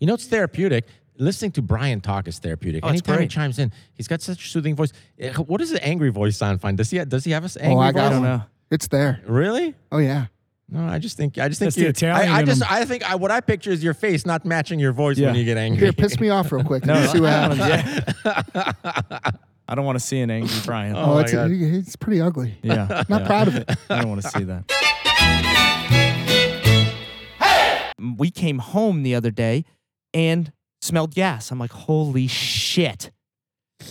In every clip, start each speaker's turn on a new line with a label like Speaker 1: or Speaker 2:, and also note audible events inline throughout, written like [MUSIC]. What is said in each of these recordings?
Speaker 1: You know, it's therapeutic. Listening to Brian talk is therapeutic.
Speaker 2: Oh, it's
Speaker 1: Anytime he
Speaker 2: great.
Speaker 1: chimes in, he's got such a soothing voice. Eh, What does the angry voice sound fine? Does he does he have an angry
Speaker 3: oh, I got
Speaker 1: voice?
Speaker 3: one.
Speaker 2: know.
Speaker 3: It's there.
Speaker 1: Really?
Speaker 3: Oh yeah.
Speaker 1: No, I just think I just think
Speaker 2: That's the
Speaker 1: you-
Speaker 2: Italian
Speaker 1: I, I
Speaker 2: in
Speaker 1: just
Speaker 2: him.
Speaker 1: I think I, what I picture is your face not matching your voice when
Speaker 2: Yeah.
Speaker 1: you get angry. [LAUGHS]
Speaker 3: Here, piss me off real quick. Let me see what
Speaker 2: I don't
Speaker 4: Oh,
Speaker 3: happens.
Speaker 2: wanna- [LAUGHS] I don't want to see an angry Brian.
Speaker 3: Oh,
Speaker 1: my
Speaker 3: it's
Speaker 1: God.
Speaker 3: it's pretty ugly.
Speaker 2: yeah.
Speaker 3: Not
Speaker 2: yeah.
Speaker 3: proud of it.
Speaker 2: I don't want to see that. We came home the other day and smelled gas. I'm like, holy shit.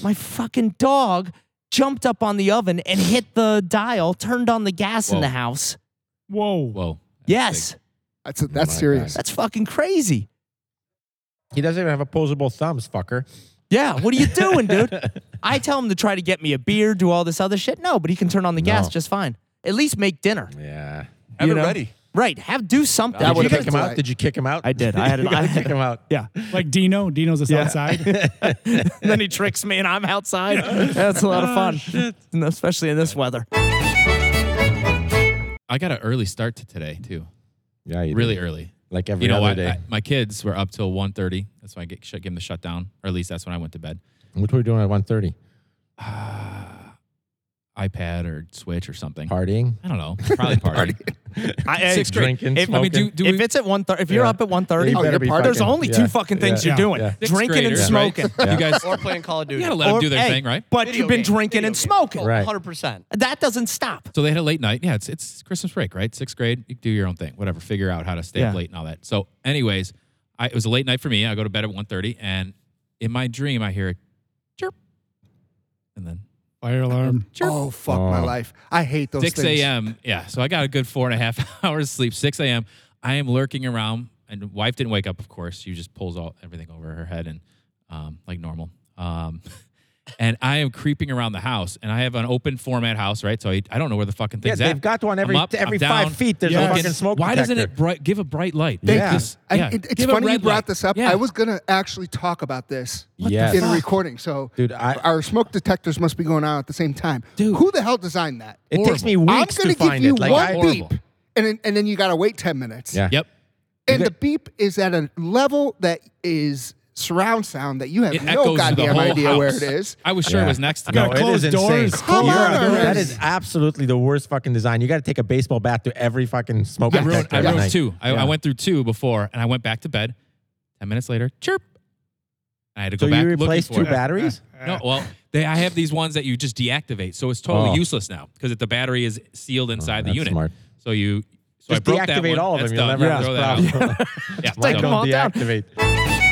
Speaker 2: My fucking dog jumped up on the oven and hit the dial, turned on the gas in
Speaker 5: Whoa.
Speaker 2: the house.
Speaker 4: Whoa.
Speaker 5: Whoa.
Speaker 2: Yes,
Speaker 3: That's that's
Speaker 1: My
Speaker 3: serious.
Speaker 2: that's fucking crazy.
Speaker 1: He doesn't even have opposable thumbs, fucker.
Speaker 2: Yeah, what are you doing,
Speaker 3: [LAUGHS]
Speaker 2: dude? I tell him to try to get me a beer, do all this other shit. No, but he can turn on the gas
Speaker 1: No.
Speaker 2: just fine. At least make dinner.
Speaker 1: Yeah.
Speaker 5: Have
Speaker 2: you
Speaker 5: it
Speaker 2: know?
Speaker 5: ready.
Speaker 2: Right. Have do something.
Speaker 3: That
Speaker 1: Did you
Speaker 3: would've
Speaker 1: kick
Speaker 3: been
Speaker 1: him out?
Speaker 3: polite.
Speaker 1: Did you kick him out?
Speaker 2: I did.
Speaker 1: [LAUGHS]
Speaker 2: I had-
Speaker 1: you gotta
Speaker 2: I had-
Speaker 1: kick him out.
Speaker 2: Yeah.
Speaker 4: [LAUGHS] Like Dino. Dino's just
Speaker 2: Yeah.
Speaker 4: outside.
Speaker 2: [LAUGHS] then he tricks me and I'm
Speaker 3: [LAUGHS]
Speaker 2: outside. That's a lot
Speaker 3: Oh,
Speaker 2: of fun. No, [LAUGHS] Especially in this weather.
Speaker 5: I got an early start to today too.
Speaker 1: Yeah, you
Speaker 5: really
Speaker 1: did.
Speaker 5: early.
Speaker 1: Like every
Speaker 5: You know
Speaker 1: other
Speaker 5: what?
Speaker 1: day.
Speaker 5: I- my kids were up till 1.30. That's when I get, shut- gave them the shutdown, or at least that's when I went to bed.
Speaker 1: what were we doing at 1.30?
Speaker 5: iPad or Switch or something.
Speaker 1: Partying?
Speaker 5: I don't know. Probably party.
Speaker 2: I,
Speaker 5: Sixth grade.
Speaker 1: Drinking,
Speaker 2: If, I mean, do,
Speaker 1: smoking.
Speaker 2: do if it's at one thirty, if you're
Speaker 1: Yeah.
Speaker 2: up at one
Speaker 1: Yeah,
Speaker 2: thirty,
Speaker 1: you better be
Speaker 2: there's
Speaker 1: fucking-
Speaker 2: only
Speaker 1: yeah.
Speaker 2: two fucking things
Speaker 4: Yeah.
Speaker 2: you're doing:
Speaker 1: Yeah.
Speaker 5: Sixth
Speaker 2: drinking and
Speaker 5: graders, right?
Speaker 2: smoking.
Speaker 5: You guys,
Speaker 6: or playing Call
Speaker 5: [LAUGHS]
Speaker 6: of
Speaker 5: you
Speaker 6: Duty.
Speaker 5: gotta let them
Speaker 2: Or-
Speaker 5: do their
Speaker 2: hey,
Speaker 5: thing, right?
Speaker 2: But
Speaker 6: Video
Speaker 2: you've been
Speaker 6: game,
Speaker 2: drinking
Speaker 6: video
Speaker 2: and
Speaker 6: game.
Speaker 2: smoking.
Speaker 1: [LAUGHS]
Speaker 6: Oh, [LAUGHS]
Speaker 1: Right.
Speaker 6: 100%.
Speaker 2: That doesn't stop.
Speaker 5: So they had a late night. Yeah, it's it's Christmas break, right? Sixth grade, you do your own thing, whatever. Figure out how to stay up
Speaker 2: Yeah.
Speaker 5: late and all that. So, anyways, I, it was a late night for me. I go to bed at 1.30, and in my dream, I hear a chirp, and then
Speaker 4: Fire alarm.
Speaker 3: Oh fuck my
Speaker 1: Oh.
Speaker 3: life. I hate those
Speaker 5: 6
Speaker 3: things.
Speaker 5: a.m. Yeah, so I got a good four and a half [LAUGHS] hours sleep. 6 a.m. I am lurking around, and wife didn't wake up. Of course, she just pulls all everything over her head and um, like normal. Um, [LAUGHS] and I am creeping around the house, and I have an open format house, right? So I, I don't know where the fucking
Speaker 1: Yeah,
Speaker 5: thing's at.
Speaker 1: they've got one every
Speaker 5: I'm up,
Speaker 1: every
Speaker 5: I'm
Speaker 1: five
Speaker 5: down.
Speaker 1: feet. There's
Speaker 4: Yeah.
Speaker 1: a
Speaker 4: Yes.
Speaker 1: fucking smoke
Speaker 5: Why doesn't
Speaker 1: detector.
Speaker 5: it bright, give a bright light?
Speaker 1: They-
Speaker 5: Like this-
Speaker 3: I,
Speaker 5: yeah,
Speaker 3: it, it's
Speaker 5: give a
Speaker 3: funny you
Speaker 5: red
Speaker 3: brought
Speaker 5: light.
Speaker 3: this up.
Speaker 5: Yeah.
Speaker 3: I was gonna actually talk about this
Speaker 1: Yes.
Speaker 3: in a
Speaker 1: fuck?
Speaker 3: recording. So,
Speaker 1: Dude, I-
Speaker 3: our smoke detectors must be going on at the same time. Dude, who the hell designed that?
Speaker 1: It takes me
Speaker 3: I'm
Speaker 1: weeks
Speaker 3: gonna
Speaker 1: to find
Speaker 3: give you
Speaker 1: it. Like,
Speaker 3: one
Speaker 1: I-
Speaker 3: beep,
Speaker 5: Horrible.
Speaker 3: and then, and then you gotta wait ten minutes.
Speaker 1: Yeah.
Speaker 5: Yep.
Speaker 3: and the beep is at a level that is surround sound that you have
Speaker 5: It echoes
Speaker 3: no
Speaker 5: through the
Speaker 3: goddamn
Speaker 5: whole
Speaker 3: idea where
Speaker 5: house.
Speaker 3: it is.
Speaker 5: I was sure
Speaker 1: Yeah.
Speaker 5: it was next to
Speaker 4: You
Speaker 5: me.
Speaker 4: gotta
Speaker 1: No, it
Speaker 4: close
Speaker 1: is insane.
Speaker 4: doors.
Speaker 3: Come
Speaker 4: You're
Speaker 3: on,
Speaker 4: outdoors.
Speaker 1: That
Speaker 3: Ernest.
Speaker 1: is absolutely the worst fucking design. You got to take a baseball bat to every fucking smoke
Speaker 3: I
Speaker 5: I ruined,
Speaker 1: detector.
Speaker 5: I
Speaker 1: at
Speaker 5: ruined
Speaker 1: night.
Speaker 5: two. I,
Speaker 1: Yeah.
Speaker 5: I went through two before, and I went back to bed. Ten minutes later, chirp. I had to go
Speaker 1: So
Speaker 5: back
Speaker 1: you
Speaker 5: looking
Speaker 1: replaced
Speaker 5: for
Speaker 1: two
Speaker 5: it.
Speaker 1: batteries?
Speaker 5: No, well, they, I have these ones that you just deactivate, so it's totally
Speaker 1: Oh.
Speaker 5: useless now because the battery is sealed inside the
Speaker 1: that's
Speaker 5: unit.
Speaker 1: smart.
Speaker 5: So you so I
Speaker 1: Just
Speaker 5: broke that
Speaker 1: deactivate
Speaker 5: one.
Speaker 1: all of
Speaker 5: That's
Speaker 1: them. You'll
Speaker 5: done.
Speaker 1: never
Speaker 5: Throw
Speaker 1: have
Speaker 5: that
Speaker 1: this
Speaker 5: out.
Speaker 1: [LAUGHS] problem.
Speaker 5: yeah,
Speaker 2: Take
Speaker 5: so-
Speaker 2: them all down.
Speaker 1: deactivate.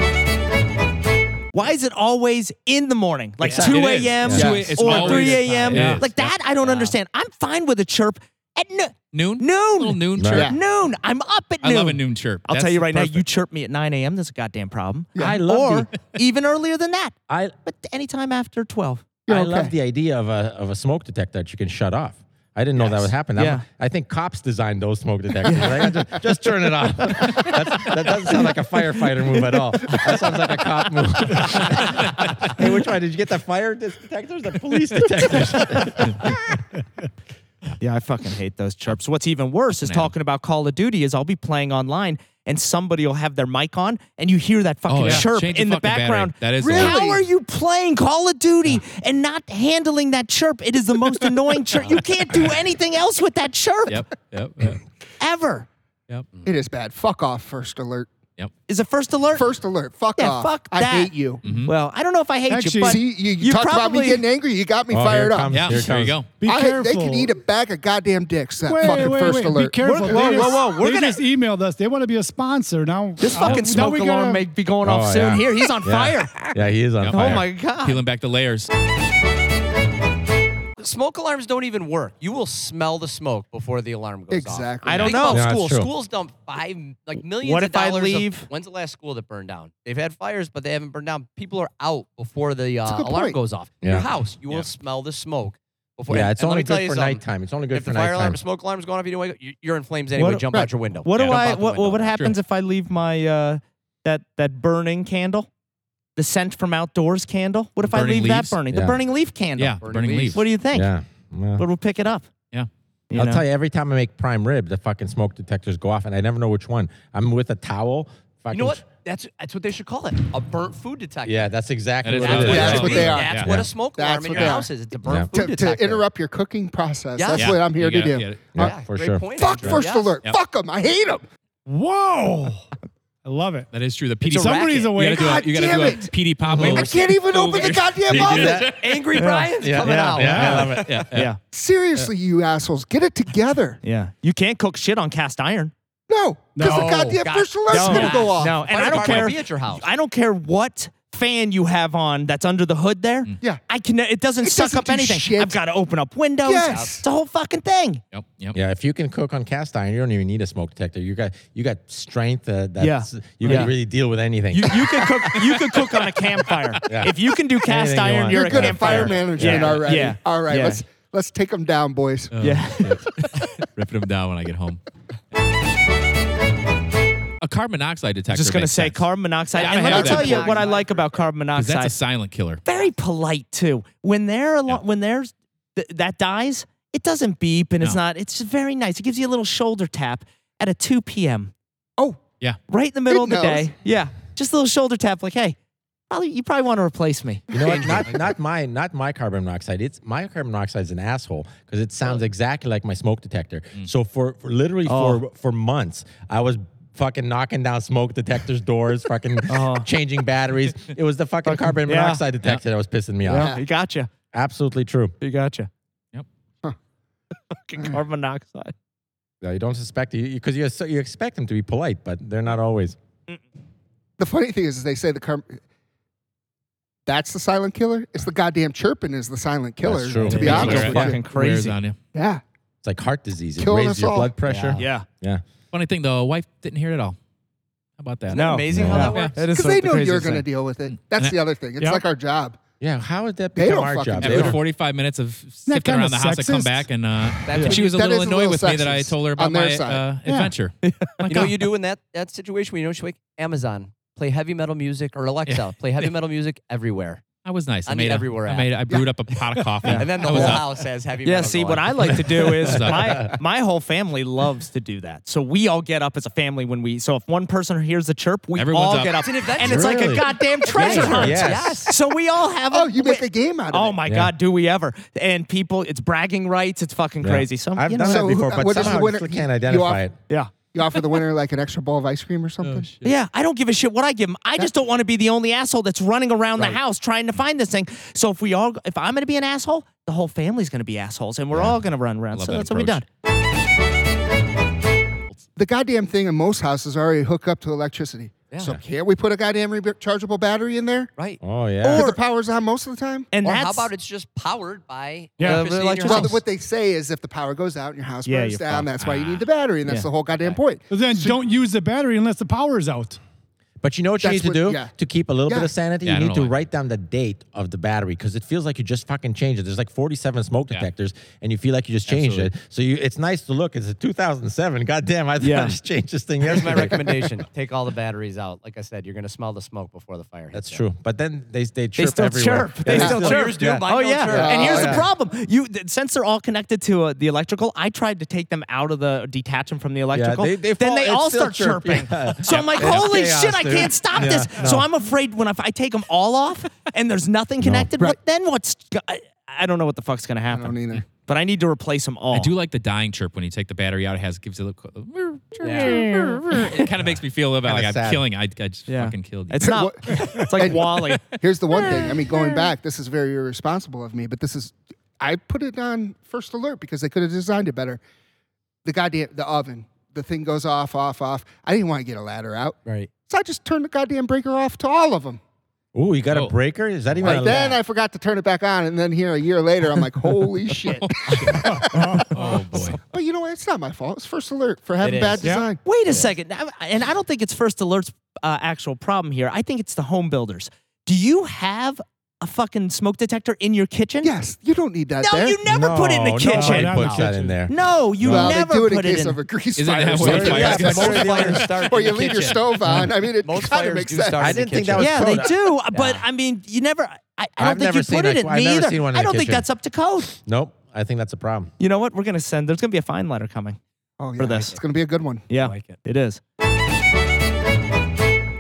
Speaker 2: Why is it always in the morning, like
Speaker 5: Yeah.
Speaker 2: two
Speaker 5: It is.
Speaker 2: a.m.
Speaker 1: Yeah.
Speaker 5: It's
Speaker 2: or
Speaker 5: always
Speaker 2: three
Speaker 5: the time.
Speaker 2: a.m.?
Speaker 5: Yeah.
Speaker 2: Like that, I don't understand. I'm fine with a chirp at no-
Speaker 5: noon,
Speaker 2: Noon.
Speaker 5: little noon
Speaker 1: Right.
Speaker 5: chirp.
Speaker 3: Yeah.
Speaker 2: noon. I'm up at
Speaker 5: I
Speaker 2: noon.
Speaker 5: love a noon chirp.
Speaker 2: I'll
Speaker 5: That's
Speaker 2: tell you right now, you
Speaker 5: perfect.
Speaker 2: chirp me at 9 a.m. That's a goddamn problem.
Speaker 1: I love
Speaker 2: or
Speaker 1: the,
Speaker 2: even earlier than that,
Speaker 1: I,
Speaker 2: but anytime after 12.
Speaker 1: I
Speaker 3: You're
Speaker 1: love
Speaker 3: okay.
Speaker 1: the idea of a of a smoke detector that you can shut off. I didn't know that would happen. That
Speaker 2: Yeah.
Speaker 1: would- I think cops designed those smoke detectors. right? just, just turn it off. That's, that doesn't sound like a firefighter move at all. That sounds like a cop move. [LAUGHS] hey, which one? Did you get the fire dis- detectors? The police
Speaker 6: [LAUGHS]
Speaker 1: detectors?
Speaker 2: Yeah, I fucking hate those chirps. What's even worse is
Speaker 5: Man.
Speaker 2: talking about Call of Duty is I'll be playing online and somebody will have their mic on and you hear that fucking
Speaker 5: Oh, yeah.
Speaker 2: chirp
Speaker 5: Change the
Speaker 2: in the,
Speaker 5: fucking battery.
Speaker 2: background.
Speaker 5: That is the
Speaker 3: Really?
Speaker 2: How are you playing Call of Duty and not handling that chirp? It is the most annoying chirp. You can't do anything else with that chirp
Speaker 5: Yep, yep, yep,
Speaker 2: ever.
Speaker 5: yep.
Speaker 3: It is bad. Fuck off. First alert.
Speaker 2: Is it first alert?
Speaker 3: First alert. Fuck
Speaker 2: Yeah,
Speaker 3: off.
Speaker 2: fuck
Speaker 3: I
Speaker 2: that. Mm-hmm.
Speaker 3: hate you.
Speaker 2: Well, I don't know if I hate
Speaker 4: Actually,
Speaker 2: you, but
Speaker 3: See, you, you,
Speaker 2: you
Speaker 3: talked about me
Speaker 2: probably-
Speaker 3: getting angry. You got me
Speaker 1: Oh, here
Speaker 3: fired
Speaker 1: it
Speaker 3: up.
Speaker 1: comes.
Speaker 5: Yeah,
Speaker 1: Here
Speaker 5: there you
Speaker 1: comes-
Speaker 5: go.
Speaker 4: Be
Speaker 3: I hate,
Speaker 4: careful.
Speaker 3: they can eat a bag of goddamn dicks. That
Speaker 4: Wait,
Speaker 3: fucking
Speaker 4: wait,
Speaker 3: first
Speaker 4: wait.
Speaker 3: alert.
Speaker 4: Be careful.
Speaker 2: We're- whoa,
Speaker 4: they
Speaker 2: whoa,
Speaker 4: just,
Speaker 2: whoa. We're
Speaker 4: they
Speaker 2: gonna-
Speaker 4: just emailed us. They want to be a sponsor. Now
Speaker 2: This
Speaker 4: now-
Speaker 2: fucking
Speaker 4: Oh. now
Speaker 2: smoke
Speaker 4: we
Speaker 2: alarm
Speaker 4: gotta-
Speaker 2: may be going
Speaker 1: Oh,
Speaker 2: off soon.
Speaker 1: yeah.
Speaker 2: Here, he's on
Speaker 1: Yeah.
Speaker 2: fire.
Speaker 1: Yeah, he is on
Speaker 5: Yep.
Speaker 1: fire.
Speaker 2: Oh my god!
Speaker 5: Peeling back the layers.
Speaker 6: Smoke alarms don't even work. You will smell the smoke before the alarm goes off.
Speaker 3: Exactly.
Speaker 2: I don't
Speaker 6: Think
Speaker 2: know.
Speaker 6: about
Speaker 1: Yeah, that's
Speaker 6: school.
Speaker 1: true.
Speaker 6: Schools dump five like millions.
Speaker 2: What
Speaker 6: of
Speaker 2: if I
Speaker 6: dollars of-
Speaker 2: leave-
Speaker 6: when's the last school that burned down? They've had fires, but they haven't burned down. People are out before the
Speaker 3: a
Speaker 6: uh,
Speaker 3: good
Speaker 6: alarm
Speaker 3: point.
Speaker 6: goes off.
Speaker 1: Yeah.
Speaker 6: Your house, you
Speaker 5: Yeah.
Speaker 6: will smell the smoke before.
Speaker 1: Yeah,
Speaker 6: and-
Speaker 1: it's
Speaker 6: and let
Speaker 1: only
Speaker 6: me tell
Speaker 1: good
Speaker 6: you
Speaker 1: for
Speaker 6: something.
Speaker 1: nighttime. It's only good
Speaker 6: If
Speaker 1: for
Speaker 6: the fire alarm,
Speaker 1: nighttime.
Speaker 6: smoke alarm's going off, you don't wake up. you- You're in flames anyway.
Speaker 2: What-
Speaker 6: jump out your window.
Speaker 2: What do
Speaker 6: Jump
Speaker 2: I?
Speaker 6: out the
Speaker 2: What,
Speaker 6: window.
Speaker 2: what, what happens if I leave my uh, that that burning candle, the scent from outdoors candle? What if I
Speaker 5: Burning
Speaker 2: leave
Speaker 5: leaves?
Speaker 2: that burning?
Speaker 1: Yeah.
Speaker 2: The burning leaf candle.
Speaker 5: Yeah,
Speaker 6: Burning
Speaker 5: burning
Speaker 6: leaves.
Speaker 5: leaves.
Speaker 2: What do you think?
Speaker 1: Yeah. Well,
Speaker 2: But we'll pick it up.
Speaker 5: Yeah.
Speaker 1: I'll tell you, every time I make prime rib, the fucking smoke detectors go off, and I never know which one. I'm with a towel. Fucking
Speaker 6: You know what? That's that's what they should call it. A burnt food detector.
Speaker 1: Yeah, that's exactly
Speaker 5: is
Speaker 1: what
Speaker 5: how
Speaker 1: it is.
Speaker 5: it is.
Speaker 3: That's what they are.
Speaker 6: That's
Speaker 5: Yeah.
Speaker 6: what
Speaker 5: Yeah.
Speaker 6: a smoke
Speaker 3: That's
Speaker 6: alarm in
Speaker 3: what
Speaker 6: your
Speaker 3: they are.
Speaker 6: house is. It's a burnt
Speaker 3: to,
Speaker 6: food
Speaker 3: to
Speaker 6: detector.
Speaker 3: interrupt your cooking process.
Speaker 6: Yeah.
Speaker 3: That's
Speaker 5: Yeah.
Speaker 3: what I'm here
Speaker 5: You
Speaker 3: to
Speaker 5: got it,
Speaker 3: do.
Speaker 5: you got it.
Speaker 1: Yeah,
Speaker 6: Yeah,
Speaker 1: for
Speaker 6: great
Speaker 1: sure.
Speaker 6: point,
Speaker 3: Fuck
Speaker 6: Andrew.
Speaker 3: first
Speaker 6: Yes.
Speaker 3: alert.
Speaker 5: Yep.
Speaker 3: Fuck them. I hate them.
Speaker 4: Whoa. I love it.
Speaker 5: That is true. The PD
Speaker 4: a racket.
Speaker 5: somebody's away. You
Speaker 3: God
Speaker 5: gotta do a, you gotta
Speaker 3: damn
Speaker 5: do a
Speaker 3: it.
Speaker 5: PD Pablo.
Speaker 3: I can't even open the goddamn
Speaker 5: Yeah.
Speaker 3: oven.
Speaker 6: Angry Brian's
Speaker 1: Yeah.
Speaker 6: coming
Speaker 2: Yeah.
Speaker 6: out.
Speaker 5: Yeah, I love it. Yeah, yeah.
Speaker 2: Yeah.
Speaker 3: Seriously, you assholes, get it together.
Speaker 2: [LAUGHS] Yeah. You can't cook shit on cast iron.
Speaker 3: No, because the
Speaker 6: No.
Speaker 3: goddamn
Speaker 6: God-
Speaker 3: first alert's
Speaker 2: No.
Speaker 3: gonna go off.
Speaker 2: No, and
Speaker 6: Fire
Speaker 2: I don't
Speaker 6: department
Speaker 2: care.
Speaker 6: be at your house.
Speaker 2: I don't care what fan you have on that's under the hood there.
Speaker 3: Yeah.
Speaker 2: I can. It doesn't
Speaker 3: Mm. It
Speaker 2: suck
Speaker 3: doesn't
Speaker 2: up
Speaker 3: do
Speaker 2: anything.
Speaker 3: shit.
Speaker 2: I've got to open up windows.
Speaker 3: Yes.
Speaker 2: It's a whole fucking thing.
Speaker 5: Yep, yep.
Speaker 1: Yeah, if you can cook on cast iron, you don't even need a smoke detector. You got you got strength uh, that's you
Speaker 2: Yeah.
Speaker 1: can really deal with anything.
Speaker 2: You, you can cook. You can cook on a campfire.
Speaker 1: Yeah.
Speaker 2: If you can do cast
Speaker 1: Anything you
Speaker 2: iron,
Speaker 1: want.
Speaker 2: you're,
Speaker 3: You're
Speaker 2: a
Speaker 3: good at
Speaker 2: campfire.
Speaker 3: fire management
Speaker 2: Yeah.
Speaker 3: already.
Speaker 2: Yeah.
Speaker 3: All right,
Speaker 2: Yeah.
Speaker 3: let's let's take them down, boys.
Speaker 2: Yeah.
Speaker 5: Ripping them down when I get home. A carbon monoxide detector.
Speaker 2: just gonna
Speaker 5: makes
Speaker 2: say
Speaker 5: sense,
Speaker 2: carbon monoxide.
Speaker 5: Yeah, I
Speaker 2: and let
Speaker 5: have
Speaker 2: me
Speaker 5: that
Speaker 2: tell you
Speaker 6: point.
Speaker 2: what I like about carbon
Speaker 5: 'cause
Speaker 2: monoxide.
Speaker 5: that's a silent killer.
Speaker 2: very polite too. When they're alo- when there's th- that dies, it doesn't beep and it's
Speaker 5: No.
Speaker 2: not. It's just very nice. It gives you a little shoulder tap at a two p.m.
Speaker 3: Oh,
Speaker 5: Yeah.
Speaker 2: right in the middle of the
Speaker 3: knows.
Speaker 2: day. Yeah, just a little shoulder tap. Like, hey, probably you probably want to replace me.
Speaker 1: You know what? Not not my not my carbon monoxide. It's my carbon monoxide is an asshole because it sounds exactly like my smoke detector.
Speaker 3: Mm.
Speaker 1: So for, for literally
Speaker 2: Oh.
Speaker 1: for for months, I was fucking knocking down smoke detectors doors, fucking
Speaker 2: [LAUGHS]
Speaker 1: changing batteries. It was the fucking carbon
Speaker 2: Uh-huh. yeah.
Speaker 1: monoxide detector that was pissing me off.
Speaker 2: Yeah, [LAUGHS] you gotcha.
Speaker 1: Absolutely true.
Speaker 2: You gotcha.
Speaker 5: Yep.
Speaker 2: [LAUGHS] Fucking carbon monoxide.
Speaker 1: No, you don't suspect you because you, so you expect them to be polite, but they're not always.
Speaker 3: the funny thing is, is they say the car- that's the silent killer. It's the goddamn chirping is the silent killer.
Speaker 1: That's true.
Speaker 3: To be
Speaker 1: Yeah,
Speaker 3: honest,
Speaker 1: it's
Speaker 3: with
Speaker 2: fucking
Speaker 3: you.
Speaker 5: Wears
Speaker 2: crazy.
Speaker 5: on you.
Speaker 3: yeah,
Speaker 1: It's like heart disease. It
Speaker 3: Killing
Speaker 1: raises
Speaker 3: us
Speaker 1: your
Speaker 3: all.
Speaker 1: blood pressure.
Speaker 2: Yeah.
Speaker 1: Yeah.
Speaker 5: Funny thing, though, wife didn't hear it at all. How about that?
Speaker 2: No.
Speaker 6: Amazing how
Speaker 1: Yeah.
Speaker 6: that works.
Speaker 2: That is
Speaker 3: because
Speaker 2: so
Speaker 3: they know
Speaker 2: crazy
Speaker 3: you're
Speaker 2: to
Speaker 3: gonna
Speaker 2: say.
Speaker 3: deal with it. That's
Speaker 5: Yeah.
Speaker 3: the other thing. It's
Speaker 4: Yep.
Speaker 3: like our job.
Speaker 1: Yeah. How would that
Speaker 3: They
Speaker 1: become
Speaker 3: don't
Speaker 1: our
Speaker 3: fucking
Speaker 1: job?
Speaker 3: do
Speaker 1: They
Speaker 3: it.
Speaker 5: After
Speaker 1: don't-
Speaker 5: 45 minutes of sifting
Speaker 4: kinda
Speaker 5: around the house, I come
Speaker 4: sexist?
Speaker 5: back and
Speaker 6: That's
Speaker 5: uh,
Speaker 6: what
Speaker 5: she
Speaker 6: you-
Speaker 5: was a
Speaker 3: that
Speaker 5: little
Speaker 3: is a
Speaker 5: annoyed
Speaker 3: little
Speaker 5: with me that I
Speaker 3: sexist
Speaker 5: told her about
Speaker 3: on their
Speaker 5: my
Speaker 3: side.
Speaker 5: uh,
Speaker 4: Yeah.
Speaker 5: adventure. "Ah,
Speaker 6: You know what you do in that, that situation when you know she's like, Amazon, play heavy metal music or Alexa, play heavy metal music everywhere.
Speaker 5: I was nice. I,
Speaker 6: I mean,
Speaker 5: made a-
Speaker 6: everywhere
Speaker 5: I
Speaker 6: at.
Speaker 5: made. I brewed up a pot of coffee.
Speaker 6: And then the
Speaker 5: I was
Speaker 6: whole
Speaker 5: up.
Speaker 6: house has heavy
Speaker 2: Yeah,
Speaker 6: metal.
Speaker 2: see,
Speaker 6: going.
Speaker 2: what I like to do is
Speaker 5: [LAUGHS] What's up?
Speaker 2: my my whole family loves to do that. So we all get up as a family when we. So if one person hears a chirp, we
Speaker 5: Everyone's
Speaker 2: all
Speaker 5: up.
Speaker 2: get up,
Speaker 6: It's an adventure.
Speaker 2: and it's like a
Speaker 1: Really?
Speaker 2: goddamn treasure
Speaker 1: Adventure,
Speaker 2: hunt.
Speaker 1: yes.
Speaker 2: So we all have.
Speaker 3: Oh,
Speaker 2: a,
Speaker 3: you make
Speaker 2: we-
Speaker 3: a game out of
Speaker 2: Oh
Speaker 3: it.
Speaker 2: my
Speaker 1: Yeah.
Speaker 2: god, do we ever? And people, it's bragging rights. It's fucking
Speaker 1: Yeah.
Speaker 2: crazy. So
Speaker 1: I've
Speaker 2: you know,
Speaker 1: done
Speaker 3: So
Speaker 1: that
Speaker 3: who-
Speaker 1: before,
Speaker 3: what
Speaker 1: but
Speaker 3: is the
Speaker 1: somehow I
Speaker 3: winner-
Speaker 1: still
Speaker 3: you
Speaker 1: can't
Speaker 3: off-
Speaker 1: identify it. Oh,
Speaker 2: yeah.
Speaker 3: You offer the winner like an extra bowl of ice cream or something.
Speaker 2: Yeah, I don't give a shit what I give them. I just don't want to be the only asshole that's running around
Speaker 3: Right.
Speaker 2: the house trying to find this thing. So if we all, if I'm going to be an asshole, the whole family's going to be assholes, and we're all going to run around.
Speaker 5: Love
Speaker 2: So
Speaker 5: that
Speaker 2: that's what we
Speaker 5: approach.
Speaker 2: done.
Speaker 3: the goddamn thing in most houses already hook up to electricity. So can't we put a goddamn rechargeable battery in there?
Speaker 6: Right.
Speaker 1: Oh yeah.
Speaker 3: Because the power's on most of the time.
Speaker 2: And
Speaker 6: Or
Speaker 2: that's
Speaker 6: how about it's just powered by
Speaker 2: Yeah,
Speaker 6: electricity in your
Speaker 2: electricity.
Speaker 3: Well,
Speaker 6: house?
Speaker 3: what they say is if the power goes out and your house
Speaker 2: Yeah,
Speaker 3: burns
Speaker 2: you're
Speaker 3: down,
Speaker 2: fucked.
Speaker 3: that's why you need the battery, and that's
Speaker 2: Yeah.
Speaker 3: the whole goddamn point.
Speaker 4: But then don't use the battery unless the power's out.
Speaker 1: But you know what you need
Speaker 3: That's
Speaker 1: to do
Speaker 3: what- yeah.
Speaker 1: to keep a little
Speaker 3: Yeah.
Speaker 1: bit of sanity?
Speaker 5: Yeah, I
Speaker 1: you
Speaker 5: don't
Speaker 1: need
Speaker 5: know
Speaker 1: to
Speaker 5: why.
Speaker 1: write down the date of the battery because it feels like you just fucking changed it. There's like 47 smoke detectors, and you feel like you just changed it. So you, it's nice to look. It's a 2007. God damn, I thought
Speaker 2: Yeah.
Speaker 1: I just changed this
Speaker 2: [LAUGHS]
Speaker 1: thing [LAUGHS]
Speaker 6: Here's my
Speaker 1: yesterday.
Speaker 6: recommendation. Take all the batteries out. Like I said, you're going to smell the smoke before the fire hits
Speaker 1: That's
Speaker 6: you.
Speaker 1: true. But then they they chirp
Speaker 2: They still
Speaker 1: everywhere.
Speaker 2: chirp. They
Speaker 1: Yeah,
Speaker 2: still
Speaker 6: still-
Speaker 2: chirp.
Speaker 6: Yours do,
Speaker 1: Yeah.
Speaker 6: mine
Speaker 2: Oh
Speaker 6: don't
Speaker 2: yeah.
Speaker 6: chirp.
Speaker 2: And
Speaker 3: Oh,
Speaker 2: here's
Speaker 3: yeah.
Speaker 2: the problem: you th- since they're all connected to uh, the electrical, I tried to take them out of the detach them from the electrical.
Speaker 1: they- they
Speaker 2: then
Speaker 1: fall-
Speaker 2: they
Speaker 1: it's
Speaker 2: all
Speaker 1: still
Speaker 2: start
Speaker 1: chirp.
Speaker 2: chirping.
Speaker 1: Yeah.
Speaker 2: So I'm like,
Speaker 1: Yeah.
Speaker 2: holy
Speaker 1: Chaos,
Speaker 2: shit! I
Speaker 1: dude.
Speaker 2: can't stop
Speaker 1: Yeah,
Speaker 2: this. So
Speaker 1: no.
Speaker 2: I'm afraid when I, I take them all off and there's nothing connected, what, then what's? g- I, I don't know what the fuck's gonna
Speaker 3: I don't
Speaker 2: happen.
Speaker 3: either.
Speaker 2: But I need to replace them all.
Speaker 5: I do like the dying chirp when you take the battery out. It has gives it a little. It kind of makes me feel a little bit
Speaker 1: Kinda
Speaker 5: like I'm
Speaker 1: sad.
Speaker 5: killing. I, I just
Speaker 2: Yeah.
Speaker 5: fucking killed you.
Speaker 1: [LAUGHS]
Speaker 2: It's not. it's like Wally.
Speaker 3: Here's the one thing. I mean, going back, this is very irresponsible of me, but this is I put it on first alert because they could have designed it better. The goddamn the oven. The thing goes off, off, off. I didn't want to get a ladder out.
Speaker 1: Right.
Speaker 3: So I just turned the goddamn breaker off to all of them.
Speaker 1: Ooh, you got
Speaker 5: Oh.
Speaker 1: a breaker? Is that even?
Speaker 3: Like
Speaker 1: a
Speaker 3: then I forgot to turn it back on, and then here a year later, I'm like, holy shit.
Speaker 5: oh
Speaker 2: [LAUGHS]
Speaker 5: boy.
Speaker 3: But you know what? It's not my fault. It's first alert for having bad
Speaker 6: is.
Speaker 4: Yeah.
Speaker 3: design.
Speaker 2: Wait a second, I- and I don't think it's First Alert's uh, actual problem here. I think it's the home builders. Do you have a fucking smoke detector in your kitchen?
Speaker 3: Yes, you don't need that
Speaker 2: No,
Speaker 3: there.
Speaker 2: you never put it in the
Speaker 1: nobody
Speaker 2: kitchen.
Speaker 4: No,
Speaker 1: puts
Speaker 4: no.
Speaker 1: that in there.
Speaker 2: No, you
Speaker 3: well,
Speaker 2: never
Speaker 3: they do it in
Speaker 2: put
Speaker 3: case
Speaker 2: it in.
Speaker 3: of a grease
Speaker 5: Isn't
Speaker 3: fire. or
Speaker 5: that how most
Speaker 3: something.
Speaker 1: fires
Speaker 3: Yeah,
Speaker 1: get
Speaker 3: but-
Speaker 1: started?
Speaker 3: or you leave your stove on. I mean, it
Speaker 6: Most
Speaker 3: kind
Speaker 6: fires
Speaker 3: of makes
Speaker 6: do
Speaker 3: sense.
Speaker 6: start
Speaker 1: I
Speaker 6: in the
Speaker 1: didn't think
Speaker 6: kitchen.
Speaker 1: that was
Speaker 2: yeah,
Speaker 1: code.
Speaker 2: they do. uh, But
Speaker 6: Yeah.
Speaker 2: I mean, you never. I, I
Speaker 1: I've
Speaker 2: don't think
Speaker 1: never
Speaker 2: you
Speaker 1: seen
Speaker 2: put it
Speaker 1: a-
Speaker 2: in.
Speaker 1: I've
Speaker 2: Me
Speaker 1: never
Speaker 2: either.
Speaker 1: seen one in
Speaker 2: I
Speaker 1: the
Speaker 2: don't think
Speaker 1: kitchen.
Speaker 2: that's up to code.
Speaker 1: Nope. I think that's a problem.
Speaker 2: You know what? We're gonna send. There's gonna be a fine letter coming.
Speaker 3: Oh, yeah.
Speaker 2: this.
Speaker 3: It's going to be a good one.
Speaker 2: Yeah,
Speaker 6: like it.
Speaker 2: it is.